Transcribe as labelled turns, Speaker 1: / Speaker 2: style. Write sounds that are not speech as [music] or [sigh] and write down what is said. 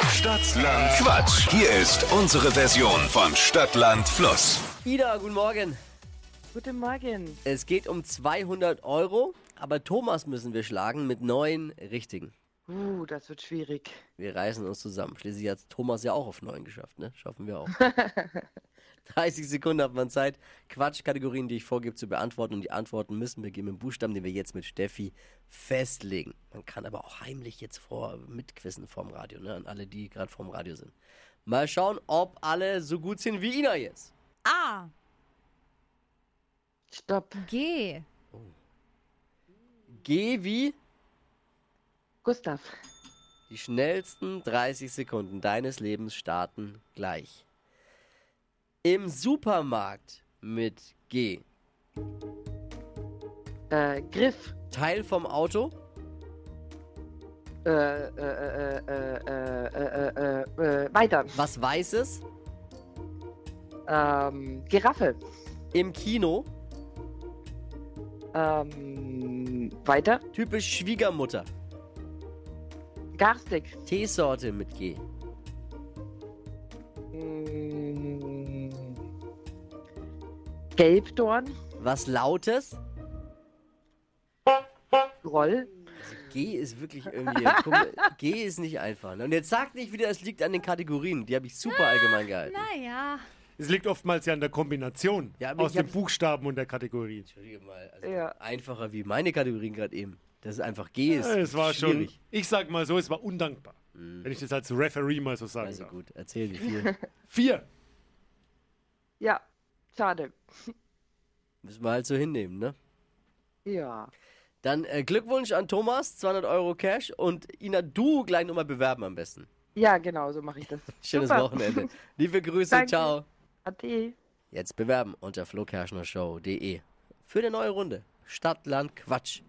Speaker 1: Stadtland Quatsch. Hier ist unsere Version von Stadtland Fluss.
Speaker 2: Ida, guten Morgen.
Speaker 3: Guten Morgen.
Speaker 2: Es geht um 200 Euro, aber Thomas müssen wir schlagen mit neun richtigen.
Speaker 3: Uh, das wird schwierig.
Speaker 2: Wir reißen uns zusammen. Schließlich hat Thomas ja auch auf neun geschafft, ne? Schaffen wir auch. 30 Sekunden hat man Zeit, Quatschkategorien, die ich vorgebe, zu beantworten. Und die Antworten müssen wir geben im Buchstaben, den wir jetzt mit Steffi festlegen. Man kann aber auch heimlich jetzt vor mitquissen vorm Radio, ne? An alle, die gerade vorm Radio sind. Mal schauen, ob alle so gut sind wie Ina jetzt.
Speaker 4: A.
Speaker 3: Stopp.
Speaker 4: G.
Speaker 2: Geh wie
Speaker 3: Gustav.
Speaker 2: Die schnellsten 30 Sekunden deines Lebens starten gleich. Im Supermarkt mit G.
Speaker 3: Äh, Griff.
Speaker 2: Teil vom Auto,
Speaker 3: Äh, äh, äh, äh, äh, äh, äh, äh, weiter.
Speaker 2: was Weißes,
Speaker 3: Ähm, Giraffe.
Speaker 2: im Kino,
Speaker 3: Ähm, weiter.
Speaker 2: typisch Schwiegermutter,
Speaker 3: Garstig.
Speaker 2: Teesorte mit G.
Speaker 3: Mm, Gelbdorn.
Speaker 2: Was Lautes,
Speaker 3: Groll.
Speaker 2: G ist wirklich irgendwie, guck, mal, G ist nicht einfach. ne? Und jetzt sag nicht wieder, es liegt an den Kategorien, die habe ich super allgemein gehalten.
Speaker 4: Naja.
Speaker 5: Es liegt oftmals ja an der Kombination
Speaker 2: Ja, aber
Speaker 5: aus
Speaker 2: ich hab-
Speaker 5: den Buchstaben und der Kategorie.
Speaker 2: Entschuldige mal, also
Speaker 3: Ja.
Speaker 2: einfacher wie meine Kategorien gerade eben. Das ist einfach G ist
Speaker 5: Ja, es war
Speaker 2: schwierig. Mhm.
Speaker 5: schon, ich sag mal so, es war undankbar. Wenn ich das als Referee mal so sagen
Speaker 2: Also
Speaker 5: darf.
Speaker 2: gut, erzähl wie viel.
Speaker 5: Vier.
Speaker 3: Ja, schade.
Speaker 2: Müssen wir halt so hinnehmen, ne?
Speaker 3: Ja.
Speaker 2: Dann äh, Glückwunsch an Thomas, 200 Euro Cash und Ina, du gleich nochmal bewerben am besten.
Speaker 3: Ja, genau, so mache ich das.
Speaker 2: Schönes
Speaker 3: Super. [laughs]
Speaker 2: Wochenende. Liebe Grüße,
Speaker 3: Danke.
Speaker 2: ciao.
Speaker 3: Ade.
Speaker 2: Jetzt bewerben unter flokerschnershow.de für eine neue Runde. Stadt, Land, Quatsch.